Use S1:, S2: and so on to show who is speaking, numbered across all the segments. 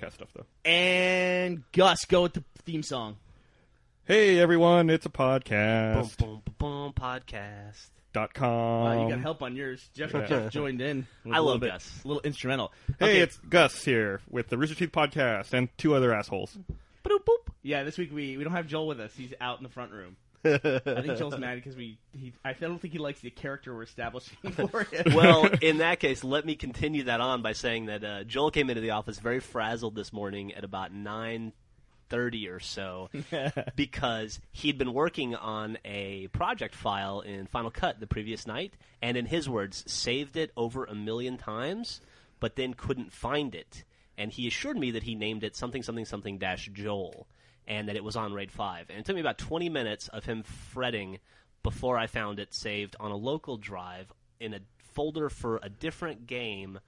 S1: podcast stuff though.
S2: And Gus, go with the theme song.
S1: Hey everyone, it's a podcast
S3: Boom, boom, boom, boom, podcast.
S1: dot com.
S2: Uh, you got help on yours. Jeff
S1: Um, Yeah.
S2: just joined in. with
S3: I
S2: a little
S3: love
S2: bit-
S3: Gus.
S2: A little instrumental.
S1: Hey,
S2: Okay.
S1: it's Gus here with the Rooster Teeth podcast and two other assholes.
S2: Boop, boop. Yeah, this week we, we don't have Joel with us. He's out in the front room. I think Joel's mad because we he I don't think he likes the character we're establishing for him.
S3: Well, in that case, let me continue that on by saying that uh, Joel came into the office very frazzled this morning at about nine thirty or so because he'd been working on a project file in Final Cut the previous night, and in his words, saved it over a million times, but then couldn't find it. And he assured me that he named it something something something dash Joel, and that it was on RAID five. And it took me about twenty minutes of him fretting before I found it saved on a local drive in a folder for a different game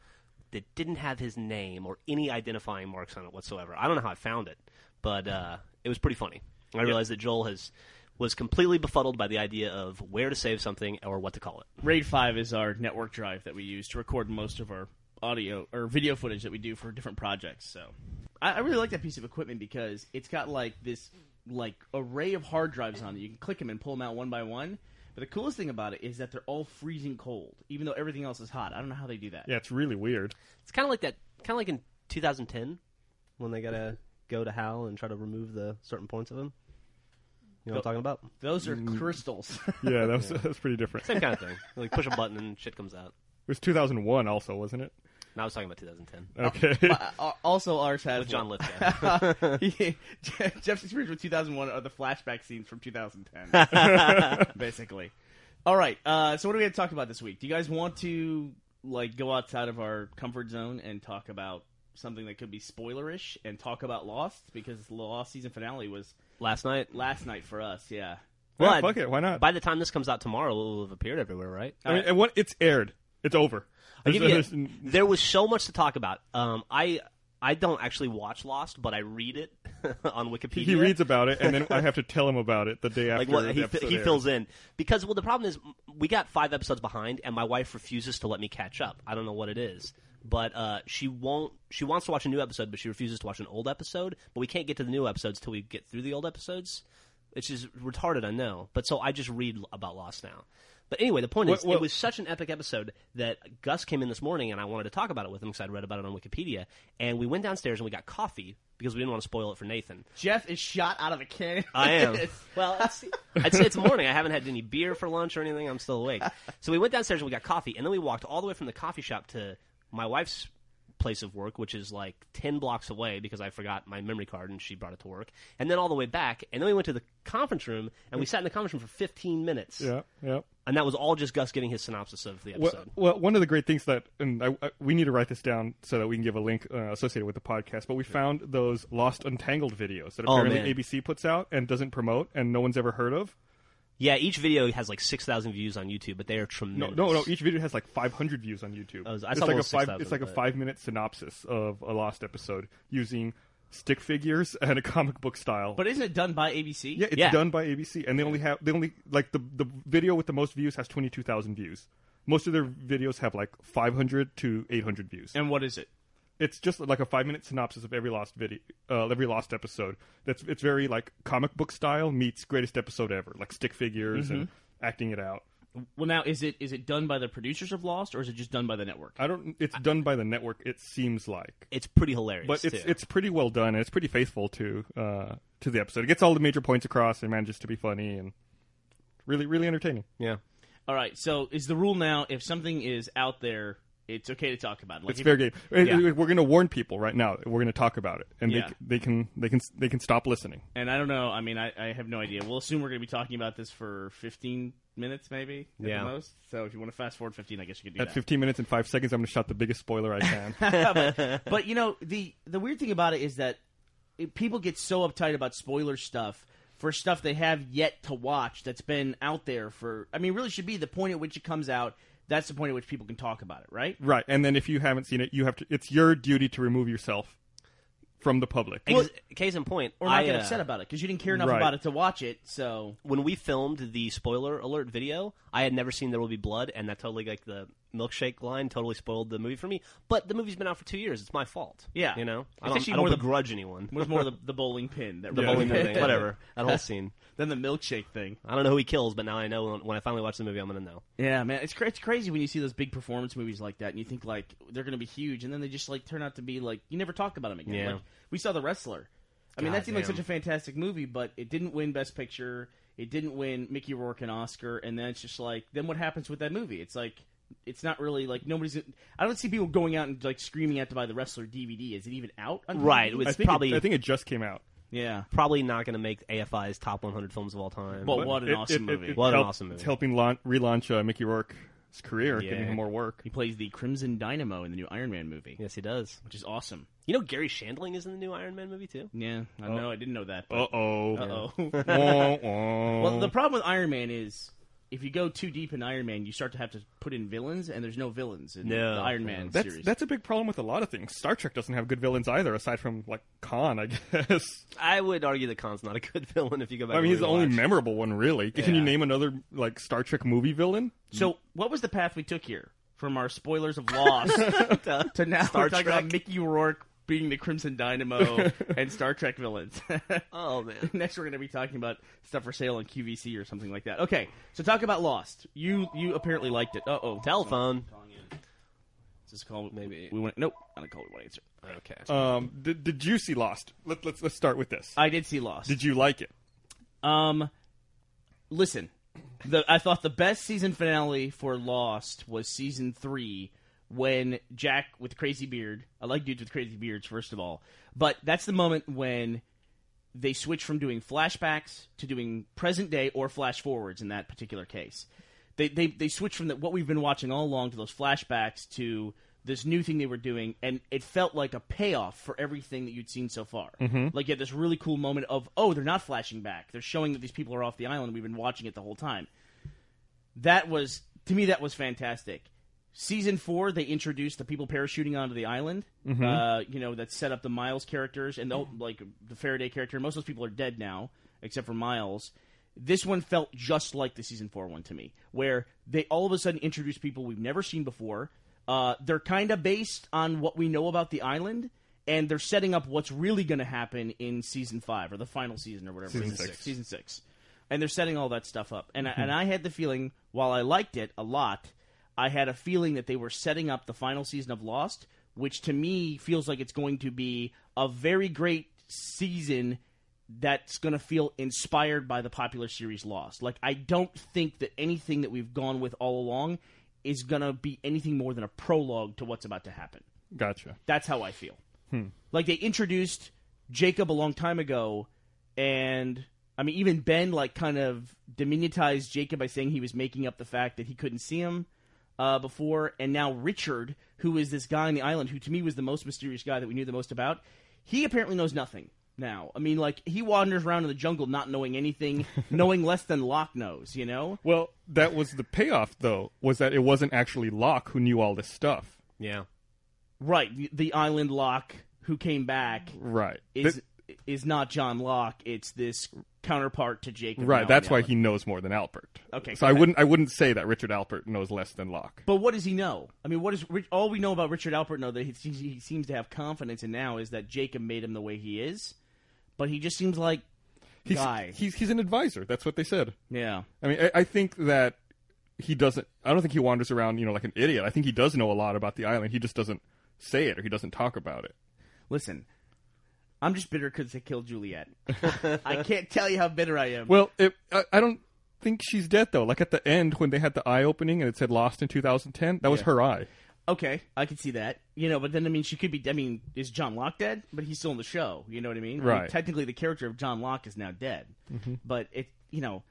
S3: that didn't have his name or any identifying marks on it whatsoever. I don't know how I found it, but uh, it was pretty funny. I realized that Joel has was completely befuddled by the idea of where to save something or what to call it.
S2: RAID 5 is our network drive that we use to record most of our audio or video footage that we do for different projects. So I, I really like that piece of equipment because it's got like this like array of hard drives on it. You can click them and pull them out one by one. But the coolest thing about it is that they're all freezing cold, even though everything else is hot. I don't know how they do that.
S1: Yeah, it's really weird.
S3: It's kind of like that, kind of like in 2010 when they gotta go to Hal and try to remove the certain points of him. You know what I'm talking about?
S2: Those are crystals.
S1: Yeah, that was, that was pretty different.
S3: Same kind of thing. Like push a button and shit comes out.
S1: It was 2001 also, wasn't it?
S3: And I was talking about 2010
S1: Okay.
S2: Uh, also, ours has
S3: with John Lithgow.
S2: He- Jeff's experience with 2001 are the flashback scenes from 2010, basically. All right, uh, so what are we going to talk about this week? Do you guys want to like go outside of our comfort zone and talk about something that could be spoilerish and talk about Lost because the Lost season finale was
S3: Last night.
S2: last night for us? Yeah,
S1: Yeah,
S3: Well,
S1: fuck it, why not?
S3: By the time this comes out tomorrow, it will have appeared everywhere, right?
S1: I mean, and what, it's aired. It's over.
S3: I'll give
S1: There's-
S3: you-
S1: there's-
S3: there was so much to talk about. Um, I I don't actually watch Lost, but I read it on Wikipedia.
S1: he reads about it, and then I have to tell him about it the day after.
S3: like what
S1: the
S3: he,
S1: episode
S3: he
S1: aired.
S3: fills in because well the problem is we got five episodes behind and my wife refuses to let me catch up. I don't know what it is, but uh, she won't. She wants to watch a new episode, but she refuses to watch an old episode. But we can't get to the new episodes till we get through the old episodes, which is retarded. I know, but so I just read about Lost now. But anyway, the point is,
S1: What- what-
S3: it was such an epic episode that Gus came in this morning and I wanted to talk about it with him because I'd read about it on Wikipedia. And we went downstairs and we got coffee because we didn't want to spoil it for Nathan.
S2: Jeff is shot out of a cannon.
S3: I am. well, I'd say I'd say it's morning. I haven't had any beer for lunch or anything. I'm still awake. So we went downstairs and we got coffee, and then we walked all the way from the coffee shop to my wife's place of work, which is like ten blocks away because I forgot my memory card and she brought it to work, and then all the way back, and then we went to the conference room and we sat in the conference room for 15 minutes,
S1: Yeah, yeah.
S3: and that was all just Gus getting his synopsis of the
S1: Well,
S3: episode.
S1: well, one of the great things that, and I, I- we need to write this down so that we can give a link uh, associated with the podcast. But we found those Lost Untangled videos that
S3: Oh,
S1: apparently
S3: man.
S1: ABC puts out and doesn't promote, and no one's ever heard of.
S3: Yeah, each video has like 6,000 views on YouTube, but they are
S1: No,
S3: tremendous.
S1: no, no. e Each video has like 500 views on YouTube.
S3: Oh, I was- I
S1: it's
S3: saw
S1: like a
S3: one with
S1: five.
S3: 6,000,
S1: It's like a
S3: but-
S1: five-minute synopsis of a Lost episode using stick figures and a comic book style.
S2: But isn't it done by ABC?
S1: yeah, it's
S3: Yeah.
S1: done by ABC, and they only have they only like the the video with the most views has 22,000 views. Most of their videos have like 500 to 800 views.
S2: And what is it?
S1: it's just like a five minute synopsis of every lost video, uh, every lost episode. That's it's very like comic book style meets greatest episode ever, like stick figures and
S2: Mm-hmm.
S1: acting it out.
S2: Well, now is it is it done by the producers of Lost or is it just done by the network?
S1: I don't. It's done by the network. It seems like,
S3: It's pretty hilarious.
S1: but it's
S3: too.
S1: it's pretty well done and it's pretty faithful to uh, to the episode. It gets all the major points across and manages to be funny and really really entertaining.
S3: yeah.
S2: All right. So is the rule now if something is out there, it's okay to talk about it? Like
S1: It's
S2: if-
S1: fair game. And
S2: Yeah.
S1: We're going to warn people right now. We're going to talk about it, and
S2: Yeah.
S1: they, they can they can they can stop listening.
S2: And I don't know. I mean, I, I have no idea. We'll assume we're going to be talking about this for 15 minutes, maybe at
S3: Yeah.
S2: the most. So if you want to fast forward 15, I guess you could do
S1: At
S2: that.
S1: 15 minutes and five seconds, I'm going to shout the biggest spoiler I can.
S2: but you know, the the weird thing about it is that it, people get so uptight about spoiler stuff for stuff they have yet to watch that's been out there for. I mean, really should be the point at which it comes out. That's the point at which people can talk about it, right?
S1: Right, and then if you haven't seen it, you have to. It's your duty to remove yourself from the public.
S3: Ex- case in point,
S2: Or not
S3: I,
S2: get
S3: uh,
S2: upset about it because you didn't care enough
S1: Right.
S2: about it to watch it. So
S3: when we filmed the spoiler alert video, I had never seen There Will Be Blood, and that totally like the milkshake line totally spoiled the movie for me. But the movie's been out for two years. It's my fault.
S2: Yeah.
S3: you know, I
S2: It's
S3: don't,
S2: actually
S3: I don't
S2: more the-
S3: begrudge anyone.
S2: was more the, the bowling pin that
S3: The
S1: Yeah.
S3: bowling thing, whatever. That whole scene.
S2: than the milkshake thing.
S3: I don't know who he kills, but now I know. When, when I finally watch the movie, I'm gonna know.
S2: Yeah, man, it's cra- it's crazy when you see those big performance movies like that, and you think like they're gonna be huge, and then they just like turn out to be like you never talk about them again.
S3: Yeah.
S2: Like, we saw the wrestler. I mean, that seemed like
S3: Goddamn.
S2: such a fantastic movie, but it didn't win Best Picture. It didn't win Mickey Rourke and Oscar, and then it's just like, then what happens with that movie? It's like, it's not really like nobody's. I don't see people going out and like screaming out to buy the wrestler DVD. Is it even out? on
S3: Right,
S2: DVD?
S3: it was-
S1: I think
S3: probably-
S1: it, I think it just came out.
S2: yeah.
S3: Probably not gonna make AFI's top 100 films of all time.
S2: Well,
S1: But
S2: what an
S1: it-
S2: awesome
S1: it- it-
S2: movie.
S1: it
S3: What an
S1: helped-
S3: awesome movie.
S1: It's helping launch, relaunch uh, Mickey Rourke's career, giving
S3: Yeah.
S1: him more work.
S2: He plays the Crimson Dynamo in the new Iron Man movie,
S3: yes, he does.
S2: which is awesome.
S3: You know, Gary Shandling is in the new Iron Man movie too.
S2: Yeah, I know. I didn't know that.
S1: Uh oh.
S2: oh.
S1: well, Oh.
S2: Well, the problem with Iron Man is if you go too deep in Iron Man, you start to have to put in villains, and there's no villains in
S3: No.
S2: the Iron Man
S1: that's
S2: series.
S1: that's a big problem with a lot of things. Star Trek doesn't have good villains either, aside from like Khan, I guess.
S3: I would argue that Khan's not a good villain if you go
S1: I
S3: back.
S1: mean,
S3: and
S1: he's the only
S3: rewatch.
S1: memorable one, really. Can you
S3: Yeah.
S1: name another like Star Trek movie villain?
S2: so, what was the path we took here from our spoilers of Lost to now
S3: Star
S2: we're talking
S3: Trek.
S2: about Mickey Rourke being the Crimson Dynamo and Star Trek villains?
S3: Oh man.
S2: Next, we're going to be talking about stuff for sale on QVC or something like that. Okay, so talk about Lost. You you apparently liked it. Uh oh,
S3: Telephone.
S2: Is this a call?
S3: Maybe.
S2: we want. Nope, I don't call. We want to answer.
S3: Okay.
S1: Um, did, did you see Lost? Let, let's let's start with this.
S2: I did see Lost.
S1: Did you like it?
S2: Um, listen, the I thought the best season finale for Lost was season three when Jack with the crazy beard. I like dudes with crazy beards, first of all, but that's the moment when they switch from doing flashbacks to doing present day or flash forwards in that particular case. They they they switch from the, what we've been watching all along to those flashbacks to this new thing they were doing, and it felt like a payoff for everything that you'd seen so far. Like you had this really cool moment of oh, they're not flashing back; they're showing that these people are off the island. We've been watching it the whole time. That was to me that was fantastic. Season four, they introduced the people parachuting onto the island. Uh, you know that set up the Miles characters and the, like the Faraday character. Most of those people are dead now, except for Miles. This one felt just like the season four one to me, where they all of a sudden introduced people we've never seen before. Uh, they're kind of based on what we know about the island, and they're setting up what's really going to happen in season five or the final season or whatever.
S1: Season
S2: it is.
S1: six.
S2: Season six, and they're setting all that stuff up. And I, and I had the feeling, while I liked it a lot, I had a feeling that they were setting up the final season of Lost, which to me feels like it's going to be a very great season that's going to feel inspired by the popular series Lost. Like I don't think that anything that we've gone with all along is going to be anything more than a prologue to what's about to happen.
S1: Gotcha.
S2: That's how I feel. Like they introduced Jacob a long time ago, and I mean even Ben like kind of diminutized Jacob by saying he was making up the fact that he couldn't see him uh, before, and now Richard, who is this guy on the island, who to me was the most mysterious guy that we knew the most about, he apparently knows nothing. Now, I mean, like he wanders around in the jungle not knowing anything, knowing less than Locke knows. You know,
S1: Well, that was the payoff, though, was that it wasn't actually Locke who knew all this stuff.
S3: Yeah.
S2: right? the- The island Locke who came back
S1: Right.
S2: is
S1: Th-
S2: is not John Locke. It's this counterpart to Jacob.
S1: right.
S2: Allen
S1: That's why
S2: Allen.
S1: he knows more than Albert.
S2: Okay,
S1: So I
S2: got it.
S1: wouldn't I wouldn't say that Richard Albert knows less than Locke.
S2: But what does he know? I mean, what is Rich- all we know about Richard Alpert? Know that he, seems- he seems to have confidence in now is that Jacob made him the way he is, but he just seems like
S1: He's,
S2: guy.
S1: he's he's an advisor. That's what they said.
S2: yeah,
S1: I mean, I, I think that he doesn't. I don't think he wanders around, you know, like an idiot. I think he does know a lot about the island. He just doesn't say it or he doesn't talk about it.
S2: listen, I'm just bitter because they killed Juliet. I can't tell you how bitter I am.
S1: Well, it, I, I don't think she's dead though. Like at the end when they had the eye opening and it said "Lost in 2010," that was her eye.
S2: okay, I can see that. You know, but then I mean, she could be. I mean, is John Locke dead? But he's still in the show. You know what I mean? I mean,
S1: Right.
S2: technically, the character of John Locke is now dead. But it, you know,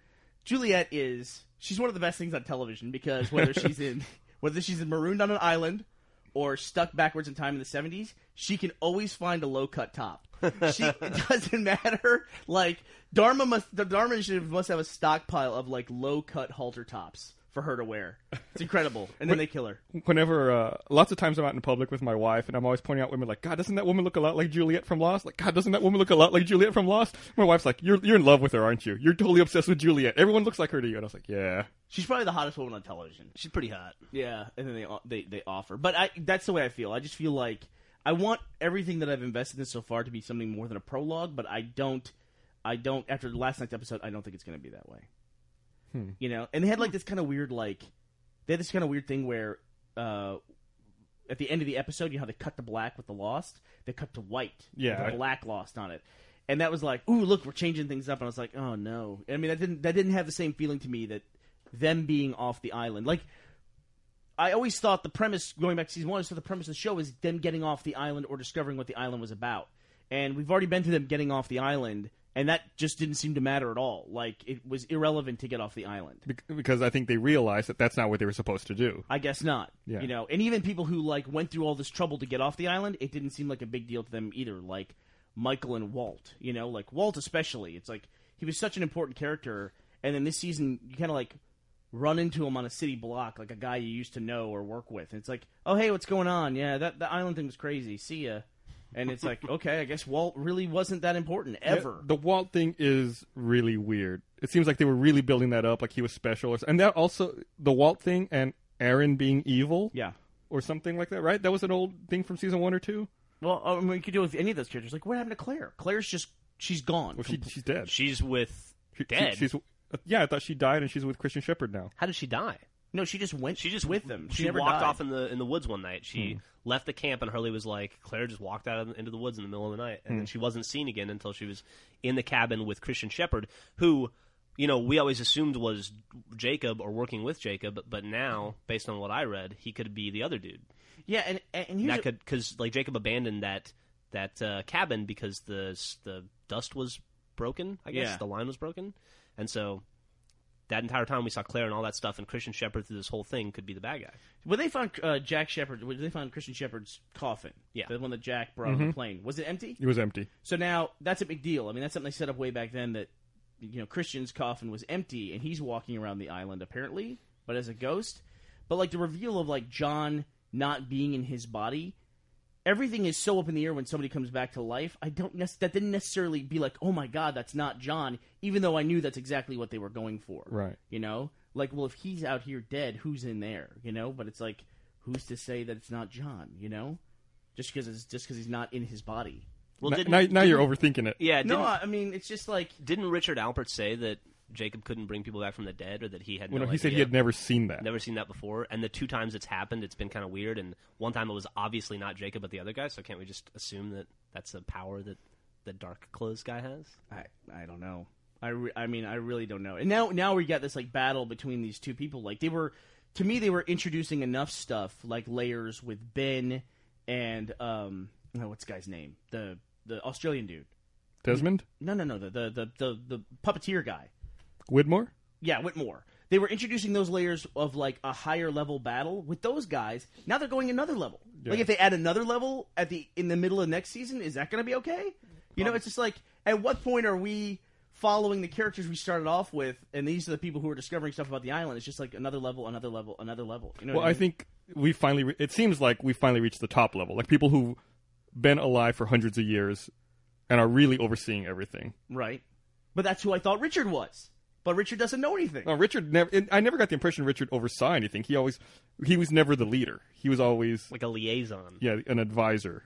S2: Juliet is. She's one of the best things on television because whether she's in whether she's in marooned on an island or stuck backwards in time in the seventies, she can always find a low cut top. She it doesn't matter. Like Dharma must the Dharma Initiative must have a stockpile of like low cut halter tops for her to wear. It's incredible. And then they kill her.
S1: Whenever, uh, lots of times I'm out in public with my wife, and I'm always pointing out women like, "God, doesn't that woman look a lot like Juliet from Lost?" Like, "God, doesn't that woman look a lot like Juliet from Lost?" My wife's like, "You're you're in love with her, aren't you? You're totally obsessed with Juliet. Everyone looks like her to you." And I was like, "Yeah."
S2: She's probably the hottest woman on television.
S3: She's pretty hot.
S2: Yeah, and then they they they offer. But I that's the way I feel. I just feel like I want everything that I've invested in so far to be something more than a prologue, but I don't I don't after last night's episode, I don't think it's going to be that way. You know, and they had like this kind of weird like they had this kind of weird thing where uh at the end of the episode, you know how they cut to black with the lost, they cut to white. with
S1: Yeah,
S2: the
S1: I-
S2: black lost on it. And that was like, ooh, look, we're changing things up. And I was like, oh no. I mean, that didn't that didn't have the same feeling to me that them being off the island. Like, I always thought the premise going back to season one, so the premise of the show is them getting off the island or discovering what the island was about. And we've already been to them getting off the island, and that just didn't seem to matter at all. Like it was irrelevant to get off the island.
S1: Bec- because I think they realized that that's not what they were supposed to do.
S2: I guess not.
S1: Yeah.
S2: You know, and even people who like went through all this trouble to get off the island, it didn't seem like a big deal to them either. Like Michael and Walt, you know, like Walt especially. It's like he was such an important character, and then this season you kind of like run into him on a city block, like a guy you used to know or work with. And it's like, oh hey, what's going on? Yeah, that the island thing was crazy. See ya. And it's like, okay, I guess Walt really wasn't that important ever.
S1: The Walt thing is really weird. It seems like they were really building that up, like he was special, or, s- and that also the Walt thing and Aaron being evil,
S2: yeah.
S1: or something like that. Right? That was an old thing from season one or two.
S2: Well, I mean, you could do with any of those characters. Like, what happened to Claire? Claire's just she's gone.
S1: Well, she, she's dead.
S3: She's with
S1: She- she-
S3: dead.
S1: she's yeah. I thought she died, and she's with Christian Shepherd now.
S3: How did she die?
S2: no, she just went.
S3: She just
S2: with them.
S3: She,
S2: She, never
S3: walked
S2: died.
S3: off in the in the woods one night. She
S1: Hmm.
S3: left the camp, and Hurley was like, Claire just walked out into the woods in the middle of the night,
S1: Hmm.
S3: and then she wasn't seen again until she was in the cabin with Christian Shepherd, who, you know, we always assumed was Jacob or working with Jacob, but now, based on what I read, he could be the other dude.
S2: Yeah, and and and
S3: And
S2: here's
S3: that
S2: a-
S3: could because like Jacob abandoned that that uh, cabin because the s- the dust was broken. I guess
S2: Yeah.
S3: the line was broken, and so. That entire time we saw Claire and all that stuff, and Christian Shepherd through this whole thing could be the bad guy.
S2: when they found uh, Jack Shepard, when they found Christian Shepard's coffin,
S3: Yeah. Mm-hmm.
S2: the one that Jack brought on the plane, was it empty?
S1: It was empty.
S2: So now that's a big deal. I mean, that's something they set up way back then that you know Christian's coffin was empty and he's walking around the island apparently, but as a ghost. But like the reveal of like John not being in his body, everything is so up in the air when somebody comes back to life. I don't nec- that didn't necessarily be like, oh my god, that's not John, even though I knew that's exactly what they were going for.
S1: Right.
S2: You know, like well, if he's out here dead, who's in there? You know, but it's like, who's to say that it's not John? You know, just because it's just because he's not in his body.
S3: Well,
S1: N-
S3: didn't,
S1: now, now you're overthinking it.
S3: yeah,
S2: No,
S3: didn't-
S2: I I mean it's just like
S3: Didn't Richard Alpert say that Jacob couldn't bring people back from the dead, or that he had?
S1: Well,
S3: no
S1: no, he said he
S3: idea?
S1: had never seen that.
S3: never seen that before. And the two times it's happened, it's been kind of weird. And one time it was obviously not Jacob, but the other guy. So can't we just assume that that's the power that the dark clothes guy has?
S2: I I don't know. I, re- I mean I really don't know. And now now we got this like battle between these two people. Like they were to me they were introducing enough stuff like layers with Ben and um oh, what's the guy's name the the Australian dude.
S1: Desmond
S2: No no no the the the the, the puppeteer guy.
S1: Widmore.
S2: Yeah, Whitmore. They were introducing those layers of like a higher level battle with those guys. Now they're going another level. Like if they add another level at the in the middle of next season, is that going to be okay? You know, it's just like at what point are we following the characters we started off with, and these are the people who are discovering stuff about the island? It's just like another level, another level, another level. You know
S1: Well,
S2: what I
S1: I
S2: mean?
S1: think we finally. Re- it seems like we finally reached the top level. Like people who've been alive for hundreds of years and are really overseeing everything.
S2: right. But that's who I thought Richard was. But Richard doesn't know anything.
S1: No, Richard never. and I never got the impression Richard oversaw anything. He always, he was never the leader. He was always,
S3: Like a liaison.
S1: yeah, an advisor.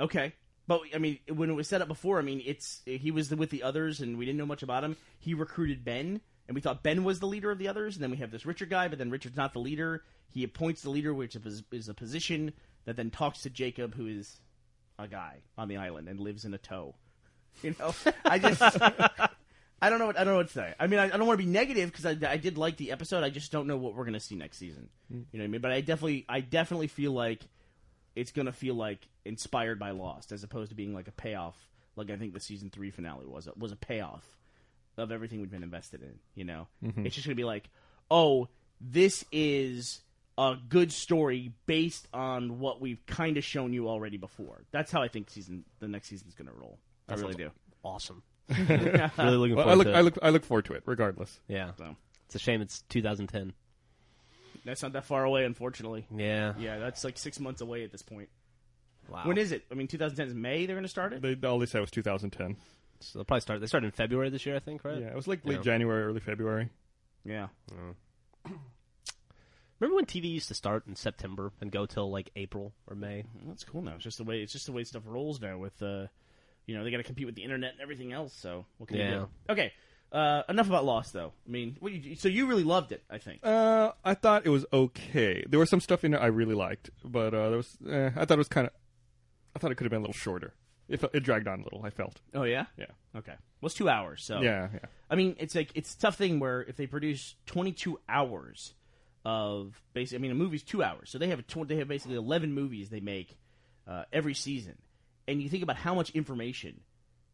S2: Okay. But I mean, when it was set up before, I mean, it's he was with the others, and we didn't know much about him. He recruited Ben, and we thought Ben was the leader of the others, and then we have this Richard guy, but then Richard's not the leader. He appoints the leader, which is, is a position that then talks to Jacob, who is a guy on the island and lives in a tow. You know, I just I don't know what I don't know what to say. I mean, I, I don't want to be negative because I, I did like the episode. I just don't know what we're gonna see next season. You know what I mean? But I definitely I definitely feel like it's gonna feel like inspired by Lost as opposed to being like a payoff. Like I think the season three finale was was a payoff of everything we've been invested in. You know, it's just gonna be like, oh, this is a good story based on what we've kind of shown you already before. That's how I think season the next season's gonna roll. I really do.
S3: Awesome. really looking
S1: Well,
S3: forward
S1: I look,
S3: to it.
S1: I look, I look forward to it, regardless.
S3: yeah.
S2: So
S3: It's a shame it's 2010.
S2: that's not that far away, unfortunately.
S3: Yeah.
S2: Yeah, that's like six months away at this point.
S3: Wow.
S2: When is it? I mean, 2010 is May. They're gonna start it.
S1: They, all they said was 2010.
S3: so they'll probably start. They started in February this year, I think, right?
S1: Yeah, it was like late
S3: Uh, Yeah.
S1: January, early February.
S2: Yeah.
S3: Remember when TV used to start in September and go till like April or May?
S1: Mm-hmm.
S2: Well, that's cool now. It's just the way it's just the way stuff rolls now with uh you know, they got to compete with the internet and everything else, so what can
S3: Yeah.
S2: you do? Okay. Uh, enough about Lost though. I mean, what you, so you really loved it, I think.
S1: Uh, I thought it was okay. There was some stuff in it I really liked, but uh, there was eh, I thought it was kind of. I thought it could have been a little shorter. It, fe- it dragged on a little. I felt.
S2: Oh yeah?
S1: Yeah.
S2: Okay. Well, it's 2 hours,
S3: Oh.
S2: so
S1: Yeah. Yeah.
S2: I mean, it's like it's a tough thing where if they produce 22 hours of basic, I mean, a movie's two hours, so they have a tw- they have basically 11 movies they make uh, every season, and you think about how much information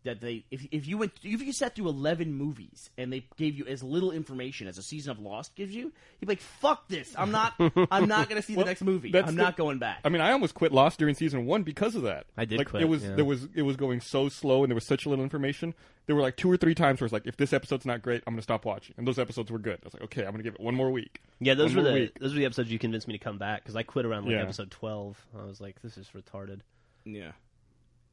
S2: that they if if you went if you sat through 11 movies and they gave you as little information as a season of Lost gives you, you'd be like, fuck this, I'm not I'm not gonna see
S1: Well,
S2: the next movie,
S1: that's
S2: I'm
S1: the-
S2: not going back.
S1: I mean, I almost quit Lost during season one because of that.
S3: I did
S1: Like
S3: quit,
S1: it was
S3: yeah.
S1: there was it was going so slow, and there was such little information. There were like two or three times where it's like, if this episode's not great, I'm gonna stop watching. And those episodes were good. I was like, okay, I'm gonna give it one more week.
S3: Yeah, those
S1: One more
S3: were the
S1: week.
S3: those were the episodes you convinced me to come back because I quit around like
S1: Yeah.
S3: episode twelve. I was like, this is retarded.
S2: Yeah.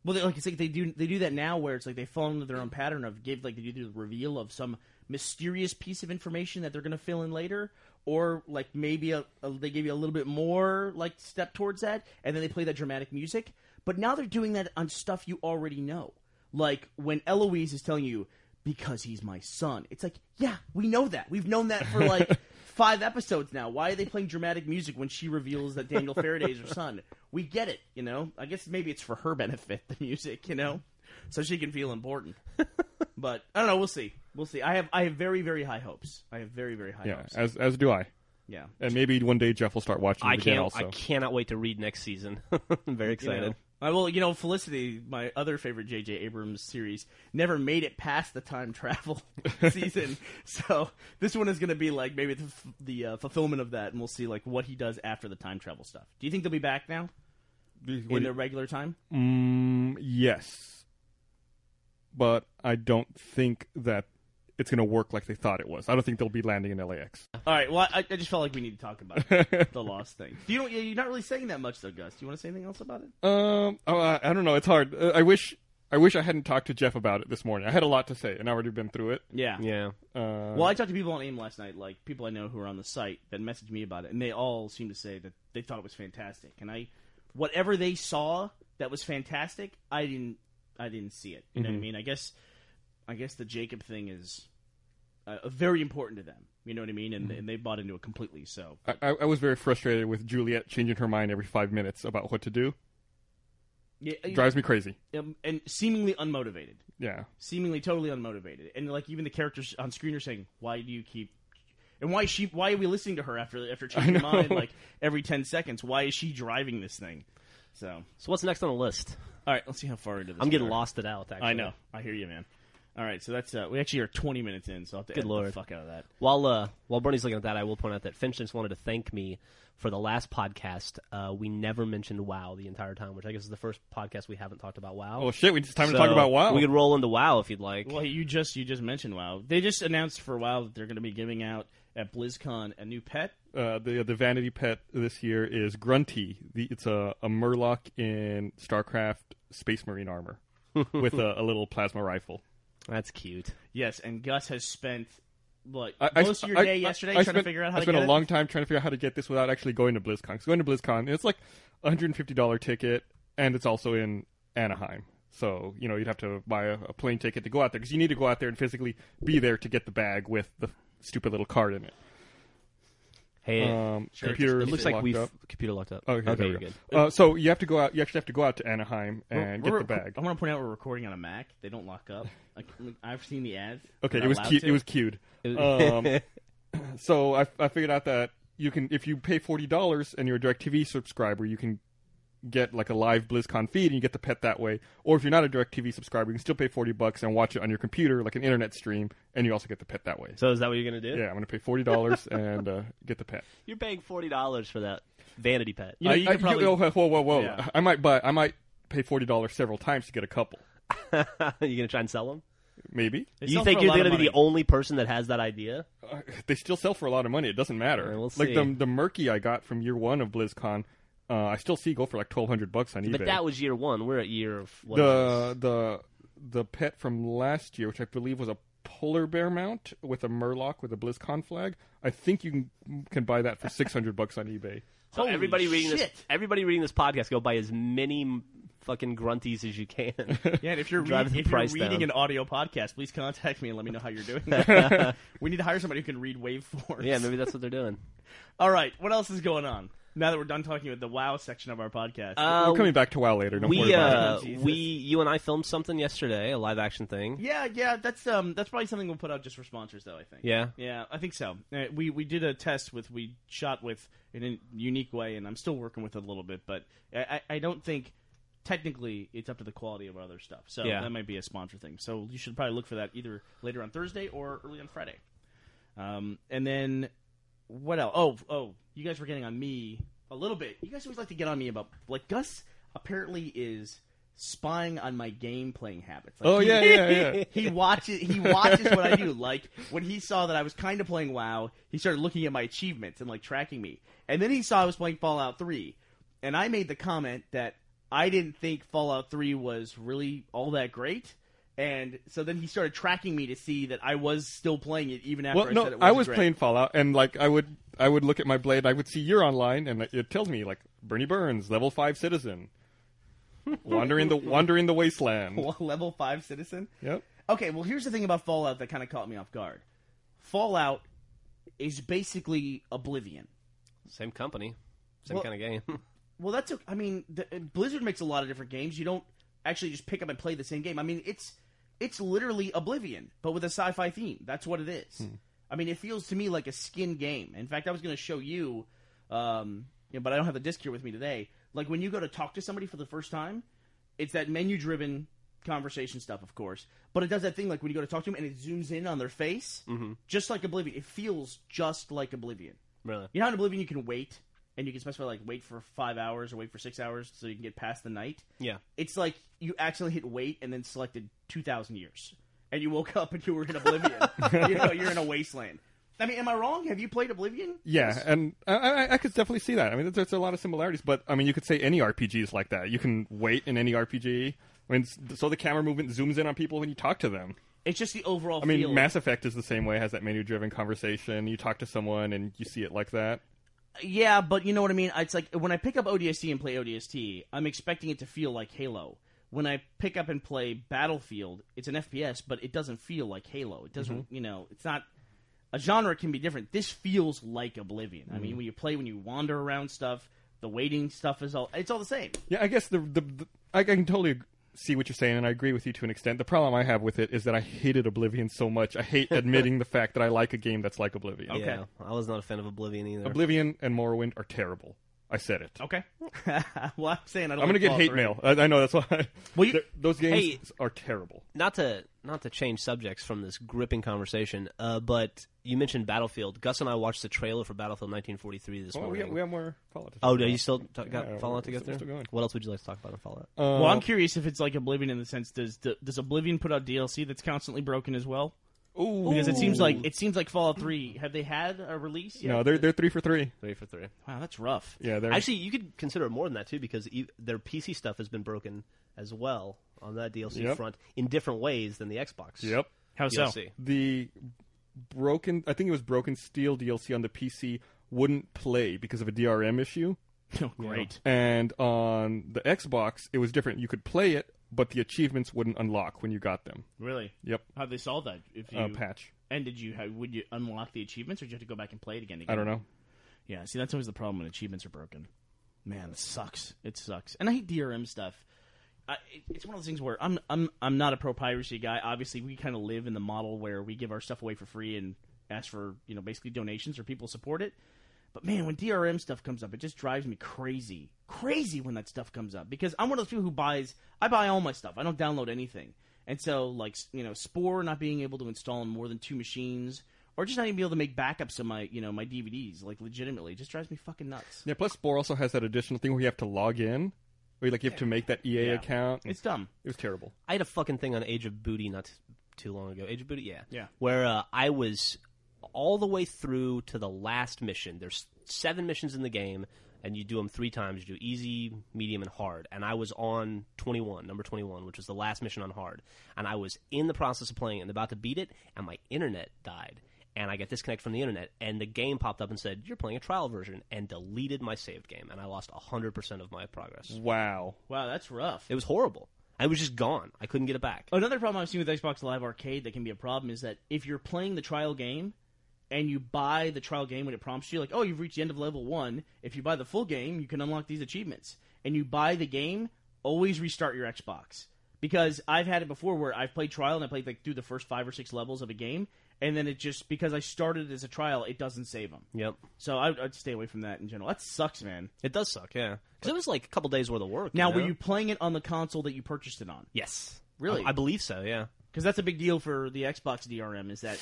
S2: Well, they, like it's like they do they do that now where it's like they fall into their own pattern of give like they do the reveal of some mysterious piece of information that they're going to fill in later, or like maybe a, a, they give you a little bit more like step towards that, and then they play that dramatic music. But now they're doing that on stuff you already know, like when Eloise is telling you because he's my son. It's like yeah, we know that. We've known that for like five episodes now. Why are they playing dramatic music when she reveals that Daniel Faraday is her son? We get it, you know. I guess maybe it's for her benefit, the music, you know, so she can feel important. but I don't know. We'll see. We'll see. I have I have very very high hopes. I have very very high
S1: Yeah,
S2: hopes.
S1: as as do I.
S2: Yeah.
S1: And maybe one day Jeff will start watching. It
S3: I
S1: again
S3: can't.
S1: Also,
S3: I cannot wait to read next season. I'm very
S2: You
S3: excited.
S2: know. I- well, you know, Felicity, my other favorite J.J. Abrams series, never made it past the time travel season. So this one is going to be like maybe the, f- the uh, fulfillment of that, and we'll see like what he does after the time travel stuff. Do you think they'll be back now in
S1: What do
S2: their regular time?
S1: you- mm, yes, but I don't think that it's gonna work like they thought it was. I don't think they'll be landing in LAX.
S2: All right. Well, I, I just felt like we need to talk about it, the lost thing. Do you don't, you're not really saying that much though, Gus. Do you want to say anything else about it?
S1: Um, oh, I, I don't know. It's hard. Uh, I wish. I wish I hadn't talked to Jeff about it this morning. I had a lot to say, and I already been through it.
S2: Yeah.
S3: Yeah.
S1: Uh,
S2: Well, I talked to people on AIM last night, like people I know who are on the site that messaged me about it, and they all seemed to say that they thought it was fantastic. And I, whatever they saw that was fantastic, I didn't, I didn't see it. You know what I mean? I guess, I guess the Jacob thing is uh, very important to them. You know what I mean? And, and they bought into it completely. So
S1: I, I I was very frustrated with Juliet changing her mind every five minutes about what to do.
S2: yeah,
S1: Drives me crazy.
S2: um, and seemingly unmotivated.
S1: Yeah.
S2: seemingly totally unmotivated, and like even the characters on screen are saying, "Why do you keep?" And why is she? Why are we listening to her after after changing her
S1: know.
S2: mind like every ten seconds? Why is she driving this thing? So, all
S3: So what's next on the list?
S2: right, let's see how far into this.
S3: I'm
S2: we
S3: getting
S2: are.
S3: lost it out. Actually,
S2: I know. I hear you, man. All right, so that's uh, we actually are twenty minutes in, so I'll have to edit the
S3: lord.
S2: fuck out of that.
S3: While uh, while Bernie's looking at that, I will point out that Finch just wanted to thank me for the last podcast. Uh, we never mentioned WoW the entire time, which I guess is the first podcast we haven't talked about WoW.
S1: Oh shit! We just time to talk
S3: So
S1: about WoW.
S3: We could roll into WoW if you'd like.
S2: Well, you just you just mentioned WoW. They just announced for a while that they're going to be giving out at BlizzCon a new pet.
S1: Uh, the the vanity pet this year is Grunty. The, it's a, a Murloc in StarCraft Space Marine armor with a, a little plasma rifle.
S3: That's cute.
S2: Yes, and Gus has spent like
S1: I, I-
S2: most of your
S1: I-
S2: day
S1: I-
S2: yesterday
S1: I
S2: trying
S1: spent-
S2: to figure out
S1: I
S2: how to
S1: spent
S2: get
S1: a
S2: it.
S1: long time trying to figure out how to get this without actually going to BlizzCon. 'Cause going to BlizzCon, it's like a hundred and fifty dollar ticket, and it's also in Anaheim. So you know you'd have to buy a, a plane ticket to go out there because you need to go out there and physically be there to get the bag with the stupid little card in it.
S3: Hey,
S1: Um,
S2: Sure,
S1: computer
S3: it looks like
S1: locked
S3: we've
S1: up.
S3: computer locked up.
S1: Okay, there we
S3: you're
S1: go.
S3: good.
S1: Uh, so you have to go out. You actually have to go out to Anaheim and
S2: We're-
S1: get the bag.
S2: I want to point out we're recording on a Mac. They don't lock up. Like, I've seen the ads.
S1: Okay,
S2: We're
S1: it was
S2: not allowed
S1: cu-
S2: to.
S1: it was cued. Um, so I, I figured out that you can if you pay forty dollars and you're a DirecTV subscriber, you can get like a live BlizzCon feed and you get the pet that way. Or if you're not a DirecTV subscriber, you can still pay forty bucks and watch it on your computer like an internet stream, and you also get the pet that way.
S3: So is that what you're gonna do?
S1: yeah, I'm gonna pay forty dollars and uh, get the pet.
S3: You're paying forty dollars for that vanity pet.
S2: You know, you
S1: I,
S2: could probably.
S1: oh, whoa, whoa, whoa!
S2: Yeah.
S1: I might buy. I might pay forty dollars several times to get a couple.
S3: you gonna try and sell them?
S1: Maybe
S2: they
S3: you
S2: sell
S3: think
S2: for a
S3: you're
S2: lot of
S3: gonna be the
S2: money.
S3: only person that has that idea?
S1: Uh, they still sell for a lot of money. It doesn't matter.
S3: Yeah, we'll
S1: like the
S3: see.
S1: the murky I got from year one of BlizzCon, uh, I still see go for like twelve hundred bucks on eBay.
S3: But that was year one. We're at year of what
S1: the the the pet from last year, which I believe was a polar bear mount with a Murloc with a BlizzCon flag. I think you can, can buy that for six hundred bucks on eBay.
S3: So
S2: Holy
S3: everybody reading this,
S2: shit.
S3: everybody reading this podcast, go buy as many m- fucking grunties as you can.
S2: Yeah, and if you're,
S3: Drive
S2: read,
S3: the
S2: if you're
S3: price
S2: reading
S3: down.
S2: an audio podcast, please contact me and let me know how you're doing. we need to hire somebody who can read waveforms.
S3: yeah, maybe that's what they're doing.
S2: All right, what else is going on? Now that we're done talking about the WoW section of our podcast,
S3: Uh,
S1: We're coming back to WoW later. Don't worry
S3: we
S1: about
S3: uh,
S1: it.
S2: Jesus.
S3: we you and I filmed something yesterday, a live action thing.
S2: yeah, yeah, that's um, that's probably something we'll put out just for sponsors, though. I think.
S3: Yeah.
S2: yeah, I think so. Uh, we we did a test with we shot with in a unique way, and I'm still working with it a little bit, but I I, I don't think. Technically, it's up to the quality of our other stuff, so
S3: Yeah.
S2: that might be a sponsor thing. So you should probably look for that either later on Thursday or early on Friday. Um, and then what else? Oh, oh, you guys were getting on me a little bit. You guys always like to get on me about like Gus apparently is spying on my game playing habits. Like,
S1: Oh
S2: he-
S1: yeah, yeah, yeah.
S2: He watches. He watches what I do. Like when he saw that I was kind of playing WoW, he started looking at my achievements and like tracking me. And then he saw I was playing Fallout Three, and I made the comment that I didn't think Fallout Three was really all that great. And so then he started tracking me to see that I was still playing it even after
S1: Well,
S2: I said
S1: no,
S2: it
S1: I was
S2: great.
S1: playing Fallout, and like I would, I would look at my blade. I would see you're online, and it tells me like Bernie Burns, level five citizen, wandering the wandering the wasteland.
S2: level five citizen.
S1: Yep.
S2: Okay, well, here's the thing about Fallout that kind of caught me off guard. Fallout is basically Oblivion.
S3: Same company, same
S2: Well-
S3: kind of game.
S2: Well, that's o- I mean, the, uh, Blizzard makes a lot of different games. You don't actually just pick up and play the same game. I mean, it's it's literally Oblivion, but with a sci-fi theme. That's what it is. I mean, it feels to me like a skin game. In fact, I was going to show you, um, you know, but I don't have the disc here with me today. Like when you go to talk to somebody for the first time, it's that menu-driven conversation stuff, of course. But it does that thing like when you go to talk to them and it zooms in on their face, just like Oblivion. It feels just like Oblivion.
S3: really?
S2: You know how in Oblivion you can wait and you can specify like wait for five hours or wait for six hours so you can get past the night.
S3: Yeah.
S2: It's like you accidentally hit wait and then selected two thousand years, and you woke up and you were in Oblivion. you know, you're in a wasteland. I mean, am I wrong? Have you played Oblivion?
S1: Yeah, and I, I, I could definitely see that. I mean, there's a lot of similarities, but I mean, you could say any RPG is like that. You can wait in any RPG. I mean, s- so the camera movement zooms in on people when you talk to them.
S2: It's just the overall.
S1: I mean,
S2: feel.
S1: Mass Effect is the same way; has that menu-driven conversation. You talk to someone and you see it like that.
S2: Yeah, but you know what I mean. It's like when I pick up ODST and play ODST, I'm expecting it to feel like Halo. When I pick up and play Battlefield, it's an FPS, but it doesn't feel like Halo. It doesn't,
S1: Mm-hmm.
S2: you know, it's not a genre can be different. This feels like Oblivion. I
S1: Mm-hmm.
S2: mean, when you play, when you wander around stuff, the waiting stuff is all. It's all the same.
S1: Yeah, I guess the the, the I, I can totally ag- see what you're saying, and I agree with you to an extent. The problem I have with it is that I hated Oblivion so much. I hate admitting the fact that I like a game that's like Oblivion.
S2: Okay.
S3: Yeah, I was not a fan of Oblivion either.
S1: Oblivion and Morrowind are terrible. I said it.
S2: Okay. well, I'm saying I don't.
S1: I'm gonna
S2: like
S1: get
S2: Fallout
S1: hate
S2: 3.
S1: mail. I, I know that's why.
S2: Well, you-
S1: Th- those games
S3: Hey.
S1: are terrible.
S3: not to not to change subjects from this gripping conversation, uh, but you mentioned Battlefield. Gus and I watched the trailer for Battlefield 1943 this
S1: Well, we
S3: morning.
S1: have, we have more Fallout. to
S3: oh,
S1: talk
S3: no, you
S1: about.
S3: still t- got
S1: Yeah,
S3: Fallout to
S1: we're
S3: go
S1: still- we're
S3: through.
S1: still going.
S3: What else would you like to talk about in Fallout?
S1: Uh,
S2: Well, I'm curious if it's like Oblivion in the sense does does Oblivion put out DLC that's constantly broken as well?
S1: ooh.
S2: Because it seems like it seems like Fallout Three. Have they had a release? Yet?
S1: no, they're they're three for three.
S3: Three for three.
S2: Wow, that's rough.
S1: Yeah, they're
S3: Actually, you could consider it more than that too, because e- their PC stuff has been broken as well on that DLC
S1: Yep.
S3: front in different ways than the Xbox.
S1: yep.
S2: How so?
S3: DLC.
S1: the broken i think it was broken steel dlc on the pc wouldn't play because of a drm issue
S2: Oh, great.
S1: and on the xbox it was different you could play it but the achievements wouldn't unlock when you got them
S2: Really?
S1: yep
S2: How they solve that? If you
S1: uh, patch
S2: and did you how, would you unlock the achievements, or did you have to go back and play it again?
S1: i don't know
S2: Yeah. See, that's always the problem when achievements are broken. Man, it sucks. It sucks. And I hate DRM stuff. I, it- it's one of those things where I'm I'm I'm not a pro piracy guy. Obviously, we kind of live in the model where we give our stuff away for free and ask for you know basically donations or people support it. But man, when DRM stuff comes up, it just drives me crazy. Crazy when that stuff comes up because I'm one of those people who buys. I buy all my stuff. I don't download anything. And so, like you know, Spore not being able to install on more than two machines, or just not even be able to make backups of my you know my DVDs, like legitimately, just drives me fucking nuts.
S1: yeah plus spore also has that additional thing where you have to log in where like you have to make that ea
S2: Yeah.
S1: account
S2: It's dumb.
S1: it was terrible
S3: I had a fucking thing on Age of Booty not t- too long ago. Age of Booty, yeah,
S2: Yeah.
S3: Where uh, I was all the way through to the last mission. There's seven missions in the game. and you do them three times. You do easy, medium, and hard. And I was on 21, number 21, which was the last mission on hard. And I was in the process of playing it and about to beat it, and my internet died. And I got disconnected from the internet, and the game popped up and said, You're playing a trial version, and deleted my saved game. And I lost 100% of my
S1: Mm.
S3: progress.
S1: Wow.
S2: Wow, that's rough.
S3: It was horrible. I was just gone. I couldn't get it back.
S2: Another problem I've seen with Xbox Live Arcade that can be a problem is that if you're playing the trial game and you buy the trial game when it prompts you, like, oh, you've reached the end of level one. If you buy the full game, you can unlock these achievements. And you buy the game, always restart your Xbox. Because I've had it before where I've played trial and I played like through the first five or six levels of a game, and then it just because I started as a trial, it doesn't save them.
S3: Yep.
S2: So I, I'd stay away from that in general. That sucks, man.
S3: It does suck, yeah. Because it was like a couple days worth of work.
S2: Now,
S3: know?
S2: were you playing it on the console that you purchased it on?
S3: Yes.
S2: Really?
S3: I, I believe so, yeah.
S2: because that's a big deal for the Xbox DRM is that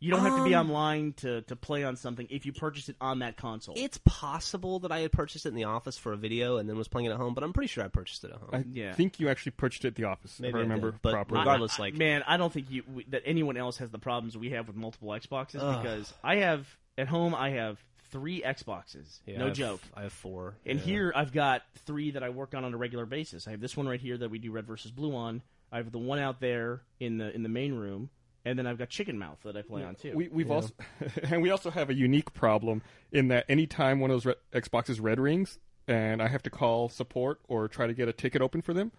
S2: you don't have to be online to, to play on something if you purchase it on that console.
S3: It's possible that I had purchased it in the office for a video and then was playing it at home, but I'm pretty sure I purchased it at home.
S1: I
S2: Yeah.
S1: think you actually purchased it at the office,
S3: Maybe
S1: if I
S3: I
S1: remember
S3: did, but
S1: properly.
S3: regardless-
S2: I-
S3: like-
S2: man, I don't think you we, that anyone else has the problems we have with multiple Xboxes because I have at home I have three Xboxes,
S3: Yeah, I
S2: no
S3: have-
S2: joke.
S3: I have four.
S2: And
S3: yeah.
S2: here I've got three that I work on on a regular basis. I have this one right here that we do red versus blue on. I have the one out there in the in the main room, and then I've got Chicken Mouth that I play on too.
S1: we, we've also, and we also have a unique problem in that anytime one of those re- Xbox's red rings, and I have to call support or try to get a ticket open for them,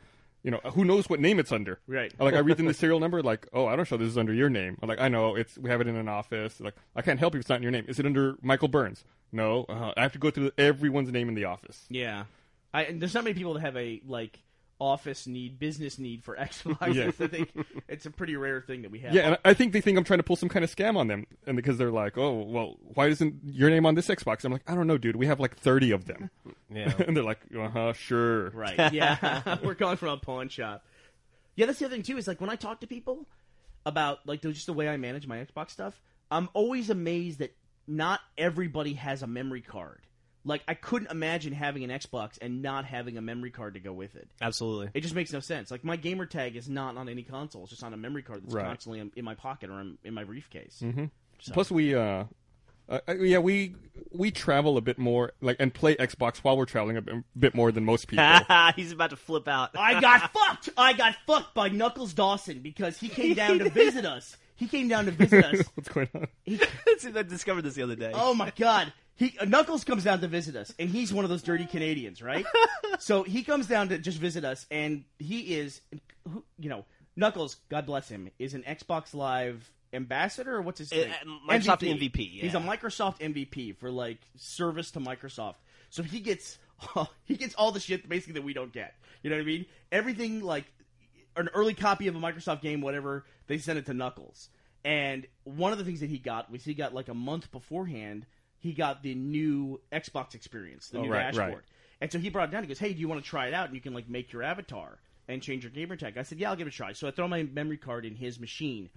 S1: you know, who knows what name it's under?
S2: Right.
S1: Like I read them the serial number, like, oh, I don't show this is under your name. I'm like, I know it's we have it in an office. Like, I can't help you if it's not in your name. Is it under Michael Burns? No, uh, I have to go through everyone's name in the office.
S2: Yeah, I and there's not many people that have a like office need, business need for Xbox.
S1: Yeah.
S2: I think it's a pretty rare thing that we have.
S1: Yeah, and I think they think I'm trying to pull some kind of scam on them, and because they're like, "Oh, well, why isn't your name on this Xbox?" I'm like, "I don't know, dude. We have like 30 of them,"
S3: Yeah.
S1: and they're like, "Uh huh, sure."
S2: right. Yeah, we're going from a pawn shop. Yeah, that's the other thing too. Is like when I talk to people about like the- just the way I manage my Xbox stuff, I'm always amazed that not everybody has a memory card. Like I couldn't imagine having an Xbox and not having a memory card to go with it.
S3: Absolutely.
S2: It just makes no sense. Like my gamer tag is not on any console; it's just on a memory card that's
S1: Right.
S2: constantly in, in my pocket or in, in my briefcase.
S1: Plus, we, uh, uh, yeah, we we travel a bit more, like, and play Xbox while we're traveling a bit- bit more than most people.
S3: He's about to flip out.
S2: I got fucked. I got fucked by Knuckles Dawson because he came down to visit us. He came down to visit us.
S1: What's going on?
S3: I discovered this the other day.
S2: Oh my god. He Knuckles comes down to visit us, and he's one of those dirty Canadians, right? so he comes down to just visit us, and he is, who- you know, Knuckles. God bless him, is an Xbox Live ambassador. Or what's his
S3: Uh,
S2: name?
S3: uh, Microsoft MVP, yeah.
S2: He's a Microsoft MVP for like service to Microsoft. So he gets he gets all the shit basically that we don't get. You know what I mean? Everything like an early copy of a Microsoft game, whatever. They sent it to Knuckles, and one of the things that he got was he got like a month beforehand. He got the new Xbox experience, the new
S1: Oh, right,
S2: dashboard.
S1: right.
S2: And so he brought it down. He goes, "Hey, do you want to try it out? And you can like make your avatar and change your gamer tag." I said, "Yeah, I'll give it a try." So I throw my memory card in his machine,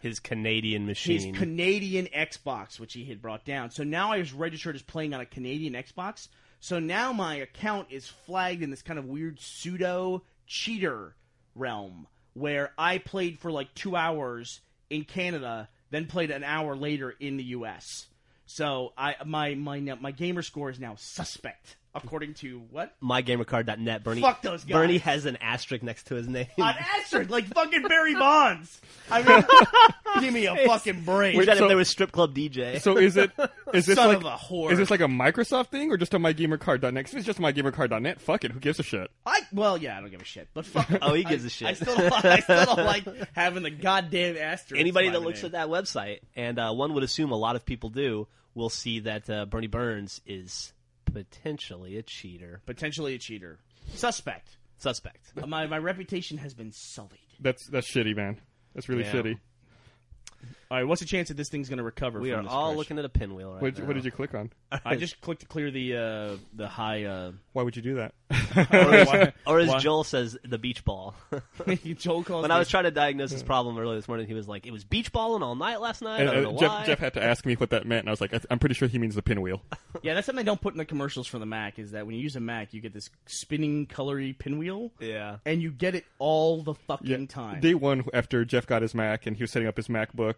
S3: His Canadian
S2: his
S3: machine.
S2: Canadian Xbox, which he had brought down. So now I was registered as playing on a Canadian Xbox. So now my account is flagged in this kind of weird pseudo cheater realm where I played for like two hours in Canada, then played an hour later in the U.S. So I my my my gamer score is now suspect according to what
S3: MyGamerCard.net. Bernie,
S2: Fuck those guys.
S3: Bernie has an asterisk next to his name.
S2: unanswered like fucking Barry Bonds. I mean, give me a fucking break.
S3: We got
S1: so-
S3: if there was strip club DJ.
S1: So is it is this
S2: Son
S1: like
S2: of a whore.
S1: is this like a Microsoft thing or just a MyGamerCard.net? 'Cause If it's just MyGamerCard.net, fuck it. Who gives a shit?
S2: I well, yeah, I don't give a shit. But fuck,
S3: Oh, he gives
S2: a
S3: a shit.
S2: I still, don't, I still don't like having the goddamn asterisk.
S3: Anybody
S2: by
S3: that
S2: the
S3: looks
S2: name.
S3: at that website, and uh, one would assume a lot of people do, will see that uh, Bernie Burns is potentially a cheater.
S2: potentially a cheater, suspect.
S3: Suspect.
S2: My my reputation has been sullied.
S1: That's that's shitty, man. That's really
S3: Yeah.
S1: shitty.
S2: All right, what's the chance that this thing's going to recover?
S3: We
S2: from
S3: are
S2: this
S3: all
S2: crash?
S3: looking at a pinwheel right
S1: What
S3: now.
S1: what did you click on?
S2: I just clicked to clear the uh, the high. Uh,
S1: Why would you do that?
S3: Or as
S2: Why-
S3: Joel says, the beach ball.
S2: Joel calls.
S3: when I
S2: me-
S3: was trying to diagnose this problem earlier this morning, he was like, "It was beach balling all night last night."
S1: And,
S3: I don't
S1: uh,
S3: know why.
S1: Jeff, Jeff had to ask me what that meant, and I was like, I th- I'm pretty sure he means the pinwheel.
S2: yeah, that's something they don't put in the commercials for the Mac. Is that when you use a Mac, you get this spinning, colory pinwheel,
S3: yeah,
S2: and you get it all the fucking
S1: Yeah,
S2: time.
S1: Day one, after Jeff got his Mac and he was setting up his MacBook,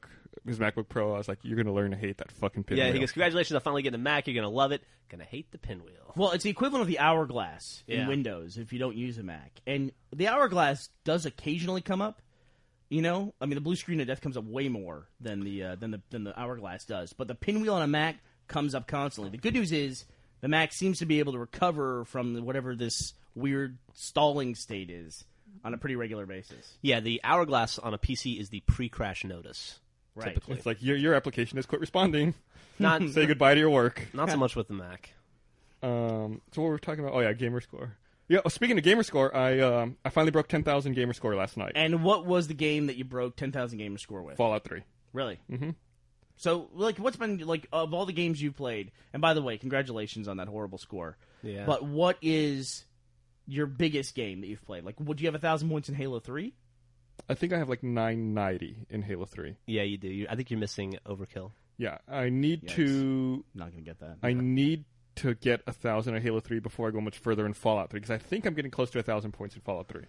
S1: his MacBook Pro, I was like, "You're gonna learn to hate that fucking pinwheel."
S3: Yeah, he goes, "Congratulations on finally getting a Mac. You're gonna love it. Gonna hate the pinwheel."
S2: Well, it's the equivalent of the hourglass in
S3: Yeah.
S2: Windows if you don't use a Mac. And the hourglass does occasionally come up. You know, I mean, the blue screen of death comes up way more than the uh, than the than the hourglass does. But the pinwheel on a Mac comes up constantly. The good news is the Mac seems to be able to recover from whatever this weird stalling state is on a pretty regular basis.
S3: Yeah, the hourglass on a PC is the pre-crash notice.
S2: Right.
S3: Typically,
S1: It's like your your application has quit responding.
S3: not
S1: Say goodbye to your work.
S3: not so much with the Mac.
S1: Um, so what were we talking about? Oh yeah, gamer score. Yeah. oh, speaking of gamer score, I um, I finally broke ten thousand gamer score last night.
S2: And what was the game that you broke ten thousand gamer score with?
S1: Fallout Three.
S2: Really? Mm-hmm. So, like, what's been like of all the games you've played? And by the way, congratulations on that horrible score.
S3: Yeah.
S2: But what is your biggest game that you've played? Like, would you have a thousand points in Halo Three?
S1: I think I have like nine ninety in Halo Three.
S3: Yeah, you do. You, I think you're missing Overkill.
S1: Yeah, I need to
S2: Not gonna get that.
S1: I need to get a thousand in Halo Three before I go much further in Fallout Three because I think I'm getting close to a thousand points in Fallout Three.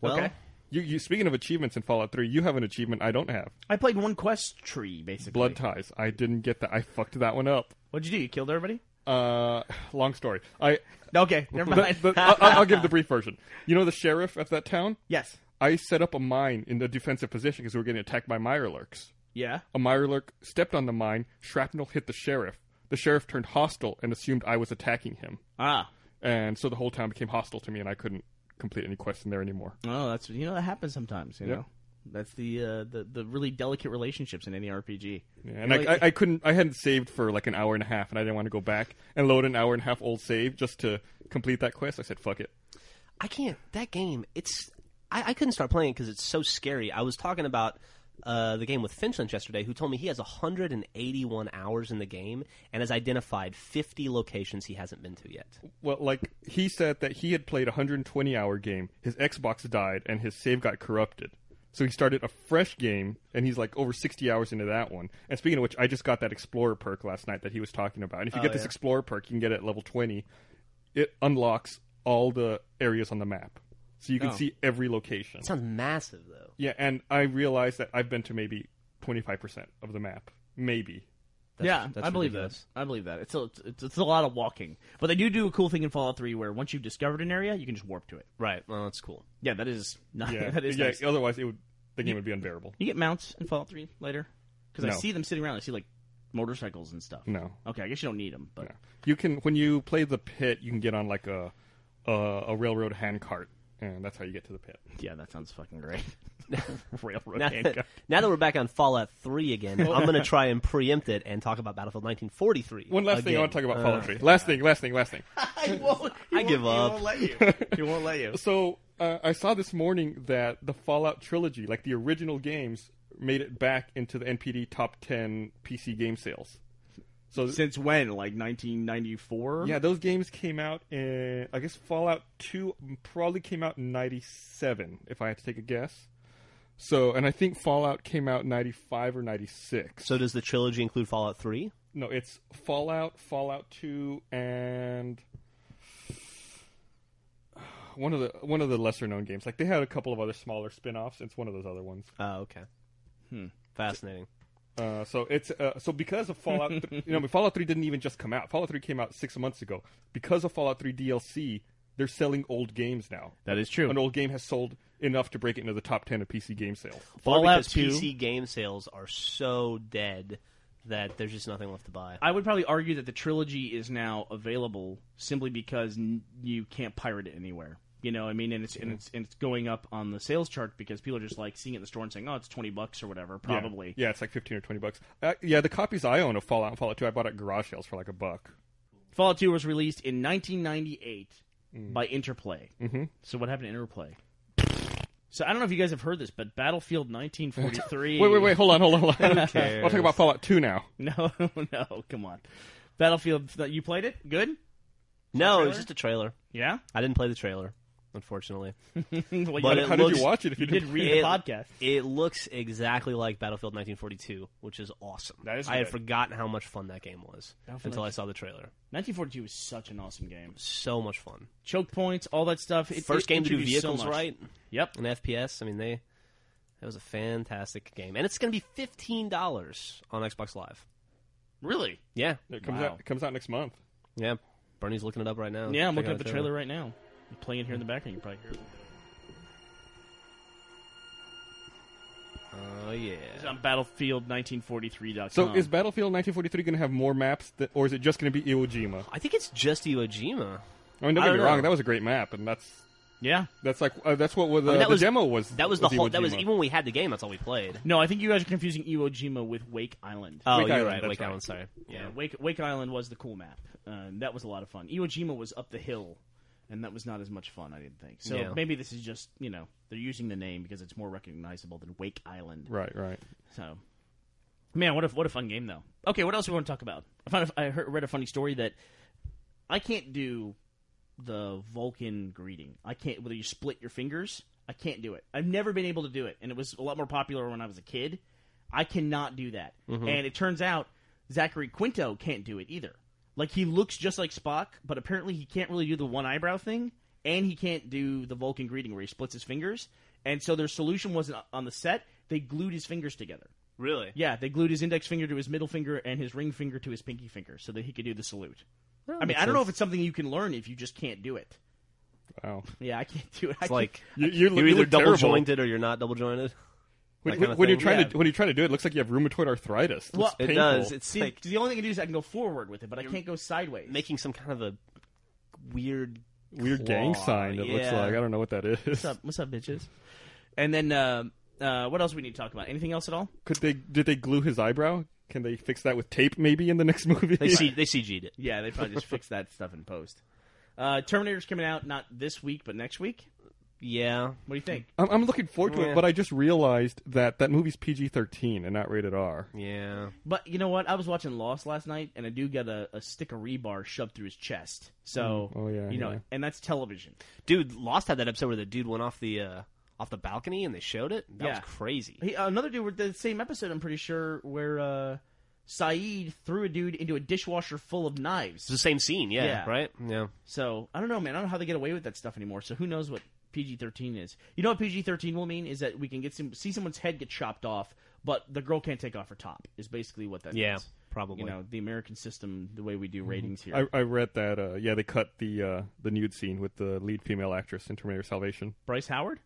S3: Well,
S2: Okay.
S1: You, you speaking of achievements in Fallout Three, you have an achievement I don't have.
S2: I played one quest tree basically.
S1: Blood ties. I didn't get that. I fucked that one up.
S2: What'd you do? You killed everybody?
S1: Uh, long story. I
S2: Okay, never mind.
S1: but, but uh- I- I'll, I'll give the brief version. You know the sheriff of that town.
S2: yes.
S1: I set up a mine in the defensive position because we were getting attacked by Mirelurks.
S2: Yeah.
S1: A Mirelurk stepped on the mine. Shrapnel hit the sheriff. The sheriff turned hostile and assumed I was attacking him,
S2: Ah.
S1: and so the whole town became hostile to me, and I couldn't complete any quests in there anymore.
S2: Oh, that's you know that happens sometimes. You know, that's the uh, the the really delicate relationships in any RPG.
S1: Yeah, and I, I, I couldn't. I hadn't saved for like an hour and a half, and I didn't want to go back and load an hour and a half old save just to complete that quest. I said, "Fuck it."
S3: I can't. That game, it's. I, I couldn't start playing because it's so scary. I was talking about uh, the game with Finchland yesterday, who told me he has 181 hours in the game and has identified 50 locations he hasn't been to yet.
S1: Well, like he said that he had played a 120 hour game. His Xbox died, and his save got corrupted. So he started a fresh game, and he's like over 60 hours into that one. And speaking of which, I just got that Explorer perk last night that he was talking about. And if you get this Explorer perk, you can get it at level 20. It unlocks all the areas on the map, so you can see every location.
S3: It sounds massive, though.
S1: Yeah, and I realized that I've been to maybe 25% of the map. Maybe.
S2: yeah,
S3: that's
S2: I believe
S3: ridiculous.
S2: that. I believe that. It's a it's, it's a lot of walking, but they do do a cool thing in Fallout Three where once you've discovered an area, you can just warp to it.
S3: Right. Well, that's cool.
S2: Yeah, that is not
S1: Yeah.
S2: that is
S1: yeah,
S2: nice.
S1: otherwise it would the game would be unbearable.
S2: You get mounts in Fallout Three later because I
S1: No.
S2: see them sitting around. I see like motorcycles and stuff.
S1: No.
S2: Okay, I guess you don't need them, but
S1: no. You can when you play the pit, you can get on like a a, a railroad handcart and that's how you get to the pit.
S2: yeah, that sounds fucking great. Railroad
S3: Now,
S2: handgun.
S3: now that we're back on Fallout 3 again, I'm going to try and preempt it and talk about Battlefield 1943.
S1: One last thing I
S3: again.
S1: want to talk about
S2: Uh.
S1: Fallout 3. Last thing, last thing, last thing.
S2: I won't.
S3: I give up.
S2: He won't let you. He won't let you.
S1: So uh, I saw this morning that the Fallout trilogy, like the original games, made it back into the NPD top 10 PC game sales. So
S2: Since when? Like 1994?
S1: Yeah, those games came out in. I guess Fallout 2 probably came out in 97, if I had to take a guess. So, and I think Fallout came out in 95 or 96.
S3: So, does the trilogy include Fallout 3?
S1: No, it's Fallout, Fallout 2, and. One of the one of the lesser known games, like they had a couple of other smaller spin offs. It's one of those other ones.
S3: Oh, okay.
S2: Hmm.
S3: Fascinating.
S1: Uh, so it's uh, so because of Fallout, th- you know, Fallout Three didn't even just come out. Fallout Three came out six months ago. Because of Fallout Three DLC, they're selling old games now.
S2: that is true.
S1: an old game has sold enough to break it into the top 10 of PC game sales.
S2: Fallout
S3: because
S2: Two.
S3: PC game sales are so dead that there's just nothing left to buy.
S2: I would probably argue that the trilogy is now available simply because n- you can't pirate it anywhere. You know, what I mean, and it's and it's and it's going up on the sales chart because people are just like seeing it in the store and saying, "Oh, it's twenty bucks or whatever." Probably.
S1: Yeah, it's like 15 or 20 bucks. Uh, yeah, the copies I own of Fallout and Fallout 2, I bought at garage sales for like a buck.
S2: Fallout Two was released in 1998
S1: Mm.
S2: by Interplay. Mm-hmm. So what happened to Interplay? So I don't know if you guys have heard this, but Battlefield 1943.
S1: Wait, wait, wait, hold on, hold on, hold on. I'll talk about Fallout 2 now.
S2: No, no, come on. Battlefield, you played it? Good?
S3: No, it was just a trailer.
S2: Yeah.
S3: I didn't play the trailer, unfortunately.
S2: well,
S3: But
S2: you,
S3: it
S1: How did
S3: looks-
S1: you watch it if you
S2: you did
S1: didn't?
S2: read the
S3: It-
S2: podcast.
S3: It looks exactly like Battlefield 1942, which is awesome.
S1: That is
S3: I had
S1: good.
S3: forgotten how much fun that game was until I saw the trailer.
S2: 1942 was such an awesome game.
S3: So much fun.
S2: Choke points, all that stuff. It,
S3: First
S2: it
S3: game to do
S2: introduced so
S3: vehicles
S2: much.
S3: right
S2: Yep.
S3: in FPS. I mean, they That was a fantastic game, and it's going to be fifteen dollars on Xbox Live.
S2: Really?
S3: Yeah,
S1: It comes
S2: Wow.
S1: out. It comes out next month.
S3: yeah. Bernie's looking it up right now.
S2: Yeah, I'm
S3: Checking
S2: looking
S3: out
S2: at the trailer right now. I'm playing here in the background. You can probably hear it.
S3: Oh yeah.
S2: It's on Battlefield1943.com.
S1: So is Battlefield 1943 going to have more maps, that, or is it just going to be Iwo Jima?
S3: I think it's just Iwo Jima.
S1: I mean, don't get
S3: I don't
S1: me wrong.
S3: know.
S1: That was a great map, and that's
S2: yeah.
S1: that's like uh, that's what was, uh,
S3: mean, that
S1: the
S3: was-
S1: demo was.
S3: That was the
S1: Iwo
S3: whole. That was
S1: Jima.
S3: even when we had the game. That's all we played.
S2: No, I think you guys are confusing Iwo Jima with Wake Island.
S3: Oh,
S1: Wake
S3: you're
S1: Island,
S3: right.
S1: that's
S3: Wake
S1: right.
S3: Island. Sorry.
S2: yeah, Wake Wake Island was the cool map. Um, that was a lot of fun. Iwo Jima was up the hill, and that was not as much fun. I didn't think. So
S3: Yeah.
S2: maybe this is just you know they're using the name because it's more recognizable than Wake Island.
S1: Right, right.
S2: So, man, what a what a fun game though. Okay, what else do we want to talk about? I found a, I heard, read a funny story that I can't do the Vulcan greeting. I can't whether you split your fingers. I can't do it. I've never been able to do it, and it was a lot more popular when I was a kid. I cannot do that, and it turns out Zachary Quinto can't do it either. Like he looks just like Spock, but apparently he can't really do the one eyebrow thing, and he can't do the Vulcan greeting where he splits his fingers. And so their solution wasn't on the set; they glued his fingers together.
S3: Really?
S2: Yeah, they glued his index finger to his middle finger and his ring finger to his pinky finger so that he could do the salute. I mean, I don't know if it's something you can learn if you just can't do it.
S1: Wow.
S2: Yeah, I can't do it. I
S3: it's like
S1: You, look-
S3: you're
S1: you
S3: either
S1: look
S3: double
S1: terrible.
S3: jointed or you're not double jointed.
S1: When,
S3: that kinda
S1: when you're
S3: thing.
S1: trying
S2: Yeah.
S1: to when you're trying to do it, it looks like you have rheumatoid arthritis. It,
S2: Well,
S1: looks
S2: it
S1: painful.
S3: does. It's
S2: see,
S3: like
S2: the only thing I can do is I can go forward with it, but I can't go sideways.
S3: making some kind of a weird.
S1: weird gang
S3: claw.
S1: sign. It looks
S3: Yeah.
S1: like I don't know what that is.
S2: what's up, what's up, bitches? And then uh, uh, what else we need to talk about? Anything else at all?
S1: Could they did they glue his eyebrow? Can they fix that with tape maybe in the next movie?
S3: They C- they CG'd it.
S2: Yeah, they probably just fixed that stuff in post. Uh, Terminator's coming out not this week, but next week.
S3: Yeah.
S2: What do you think?
S1: I'm, I'm looking forward to
S3: Yeah.
S1: it, but I just realized that that movie's PG-13 and not rated R.
S3: Yeah.
S2: But you know what? I was watching Lost last night, and a dude got a, a stick of rebar shoved through his chest. So,
S1: Oh, yeah,
S2: you know,
S1: yeah.
S2: and that's television.
S3: Dude, Lost had that episode where the dude went off the uh, off the balcony and they showed it. That
S2: Yeah.
S3: was crazy.
S2: He, another dude with the same episode, I'm pretty sure, where uh, Saeed threw a dude into a dishwasher full of
S3: It's the
S2: knives.
S3: same scene. Yeah.
S2: Yeah.
S3: Right. Yeah.
S2: So I don't know, man. I don't know how they get away with that stuff anymore. So who knows what PG-13 is? You know what PG-13 will mean is that we can get some see someone's head get chopped off, but the girl can't take off her top. Is basically what that
S3: Yeah.
S2: means.
S3: Probably.
S2: You know, the American system, the way we
S1: Mm-hmm.
S2: do ratings here.
S1: I, I read that. Uh, yeah, they cut the uh, the nude scene with the lead female actress in Terminator Salvation.
S2: Bryce Howard?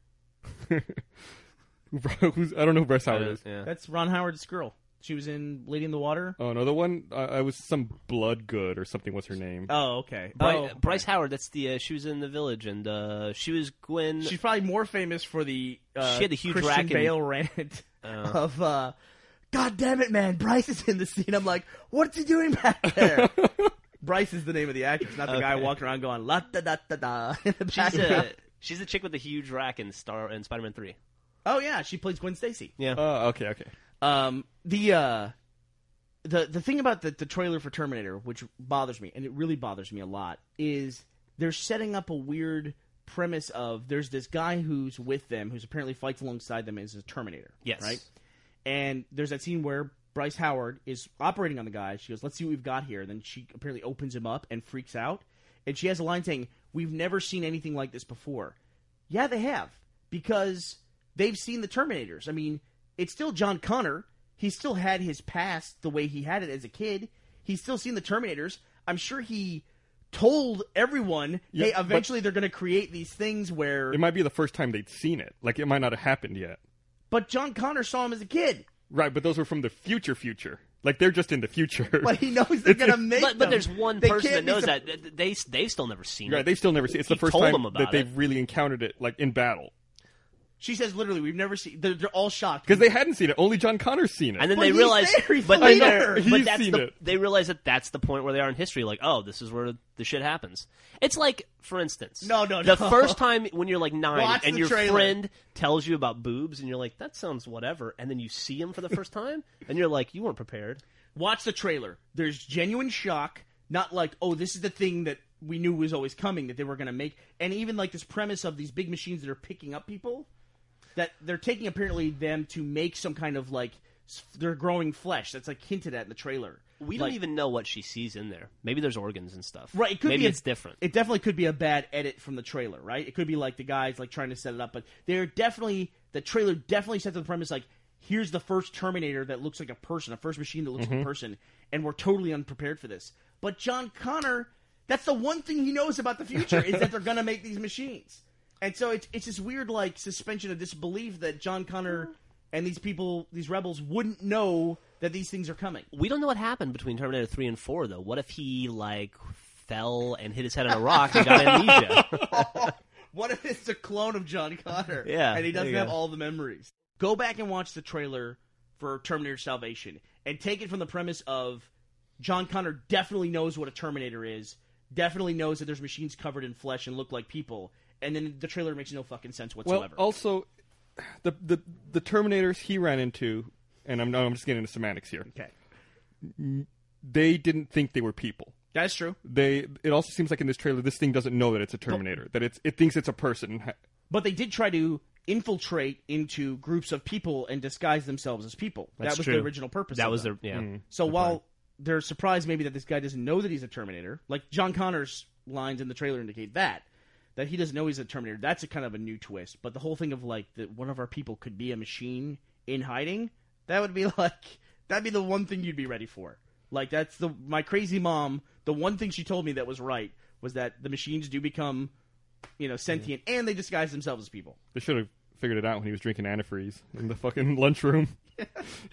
S1: Who's I don't know who Bryce
S3: I
S1: Howard
S3: don't-
S1: is.
S3: yeah.
S2: That's Ron Howard's girl. She was in Lady in the Water.
S1: Oh no, the one I, I was some blood good or something was her name.
S2: Oh, okay.
S3: Bry-
S2: oh, okay.
S3: Bryce Howard. That's the uh, she was in the village and uh, she was Gwen.
S2: She's probably more famous for the uh,
S3: She had the Oh. huge
S2: Christian
S3: rack and-
S2: Bale rant of uh, "God damn it, man! Bryce is in the scene." I'm like, "What's he doing back there?" Bryce is the name of the actress, not the guy
S3: Okay.
S2: walking around going "la da da da da." In the
S3: she's uh,
S2: background.
S3: the she's the chick with the huge rack in Star in Spider Man Three.
S2: oh yeah, she plays Gwen Stacy.
S3: Yeah.
S1: Oh, okay, okay.
S2: Um, the uh, the the thing about the, the trailer for Terminator, which bothers me, and it really bothers me a lot, is they're setting up a weird premise of there's this guy who's with them, who's apparently fights alongside them, is a Terminator.
S3: Yes.
S2: right. And there's that scene where Bryce Howard is operating on the guy. She goes, "Let's see what we've got here." Then she apparently opens him up and freaks out, and she has a line saying, "We've never seen anything like this before." Yeah, they have because they've seen the Terminators. I mean, it's still John Connor. He still had his past the way he had it as a kid. He's still seen the Terminators. I'm sure he told everyone,
S1: Yeah,
S2: "Hey,
S1: but-
S2: eventually they're going to create these things where."
S1: It might be the first time they'd seen it. Like it might not have happened yet.
S2: But John Connor saw him as a kid.
S1: Right, but those were from the future. Future. Like they're just in the future.
S2: But he knows they're going to make
S3: But, but
S2: them.
S3: there's one
S2: They
S3: person
S2: can't
S3: that
S2: be
S3: knows
S2: sup-
S3: that that they they've still never seen
S1: Right,
S3: it.
S1: they still never see. It's the
S3: He
S1: first
S3: told
S1: time
S3: them about
S1: that
S3: it.
S1: they've really encountered it, like in battle,
S2: She says literally, we've never seen. They're, they're all shocked
S1: because they hadn't seen it. Only John Connor's seen it.
S3: And then
S2: But
S3: they
S2: he's
S3: realize,
S2: there, he's
S3: but,
S2: the
S3: they,
S2: leader.
S1: He's
S3: but that's
S1: seen
S3: the,
S1: it.
S3: they realize that that's the point where they are in history. Like, oh, this is where the shit happens. It's like, for instance,
S2: No, no,
S3: the
S2: no.
S3: first time when you're like nine
S2: Watch
S3: and
S2: the
S3: your
S2: trailer.
S3: friend tells you about boobs, and you're like, that sounds whatever, and then you see him for the first time, and you're like, you weren't prepared.
S2: Watch the trailer. There's genuine shock, not like, oh, this is the thing that we knew was always coming that they were going to make, and even like this premise of these big machines that are picking up people, that they're taking apparently them to make some kind of like s- they're growing flesh. That's like hinted at in the trailer.
S3: We
S2: Like-
S3: don't even know what she sees in there. Maybe there's organs and stuff.
S2: Right, it could
S3: Maybe
S2: be a-
S3: it's different.
S2: It definitely could be a bad edit from the trailer, right? It could be like the guys like trying to set it up, but they're definitely the trailer definitely sets up the premise like here's the first Terminator that looks like a person, a first machine that looks
S3: Mm-hmm.
S2: like a person, and we're totally unprepared for this. But John Connor, that's the one thing he knows about the future is that they're gonna make these machines, and so it's it's this weird like suspension of disbelief that John Connor and these people, these rebels, wouldn't know that these things are coming.
S3: We don't know what happened between Terminator 3 and 4, though. What if he, like, fell and hit his head on a rock and got amnesia?
S2: What if it's a clone of John Connor?
S3: Yeah,
S2: And he
S3: there
S2: doesn't
S3: you
S2: have
S3: go.
S2: all the memories. Go back and watch the trailer for Terminator Salvation and take it from the premise of John Connor definitely knows what a Terminator is, definitely knows that there's machines covered in flesh and look like people, and then the trailer makes no fucking sense
S1: Well,
S3: oh,
S2: whatsoever.
S1: also, the, the the Terminators he ran into, and I'm I'm just getting into semantics here.
S2: okay.
S1: They didn't think they were people.
S2: That's true.
S1: They. It also seems like in this trailer, this thing doesn't know that it's a Terminator. that it's it thinks it's a person.
S2: But they did try to infiltrate into groups of people and disguise themselves as people.
S3: That's
S2: that was
S3: true.
S2: the original purpose.
S3: that
S2: of
S3: was
S2: them.
S3: the. Yeah.
S2: So while they're surprised maybe that this guy doesn't know that he's a Terminator, like John Connor's lines in the trailer indicate that that he doesn't know he's a Terminator. That's a kind of a new twist. But the whole thing of like that one of our people could be a machine in hiding, that would be like that'd be the one thing you'd be ready for. Like that's the my crazy mom. The one thing she told me that was right was that the machines do become, you know, sentient and they disguise themselves as people.
S1: They should have figured it out when he was drinking antifreeze in the fucking lunchroom. it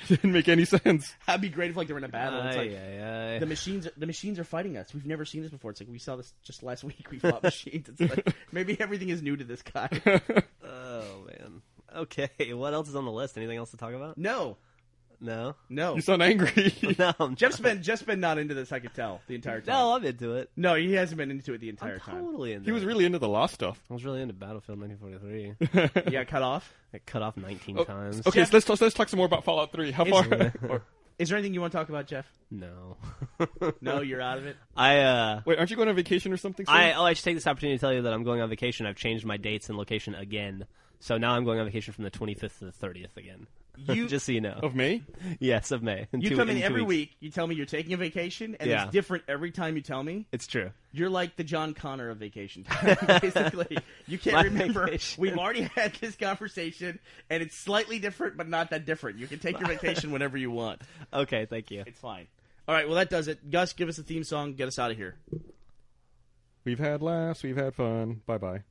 S1: didn't make any sense.
S2: That'd be great if like they're in a battle. and it's like,
S3: Ay, ay, ay.
S2: the machines the machines are fighting us. We've never seen this before. It's like we saw this just last week. We fought machines. It's like maybe everything is new to this guy.
S3: Oh, man. Okay, what else is on the list? Anything else to talk about?
S2: No,
S3: No?
S2: no.
S1: You sound angry.
S3: No, I'm
S2: Jeff's been Jeff's been not into this. I could tell the entire time.
S3: No, I'm into it.
S2: No, he hasn't been into it the entire
S3: I'm
S2: time.
S3: totally into
S1: he was
S3: it.
S1: really into the lost stuff.
S3: I was really into Battlefield 1943.
S2: You got cut off.
S3: I cut off
S2: Oh,
S3: 19 times.
S1: Oh, Okay, so let's, let's let's talk some more about Fallout Three. How far?
S2: Is there anything you want to talk about, Jeff?
S3: No.
S2: No, you're out of it.
S3: I uh
S1: Wait, aren't you going on vacation or something? Soon?
S3: I oh I should take this opportunity to tell you that I'm going on vacation. I've changed my dates and location again. So now I'm going on vacation from the 25th to the 30th again.
S2: You- Oh.
S3: just so you know.
S1: of May.
S3: Yes, of May. In
S2: You
S3: two-
S2: come in
S3: two
S2: every
S3: weeks.
S2: week. You tell me you're taking a vacation, and
S3: Yeah.
S2: it's different every time you tell me.
S3: It's true.
S2: You're like the John Connor of vacation time. Basically, you can't
S3: My
S2: remember.
S3: vacation.
S2: We've already had this conversation, and it's slightly different, but not that different. You can take your vacation whenever you want.
S3: Okay, thank you.
S2: It's fine. All right, well that does it. Gus, give us a theme song. Get us out of here.
S1: We've had laughs. We've had fun. Bye bye.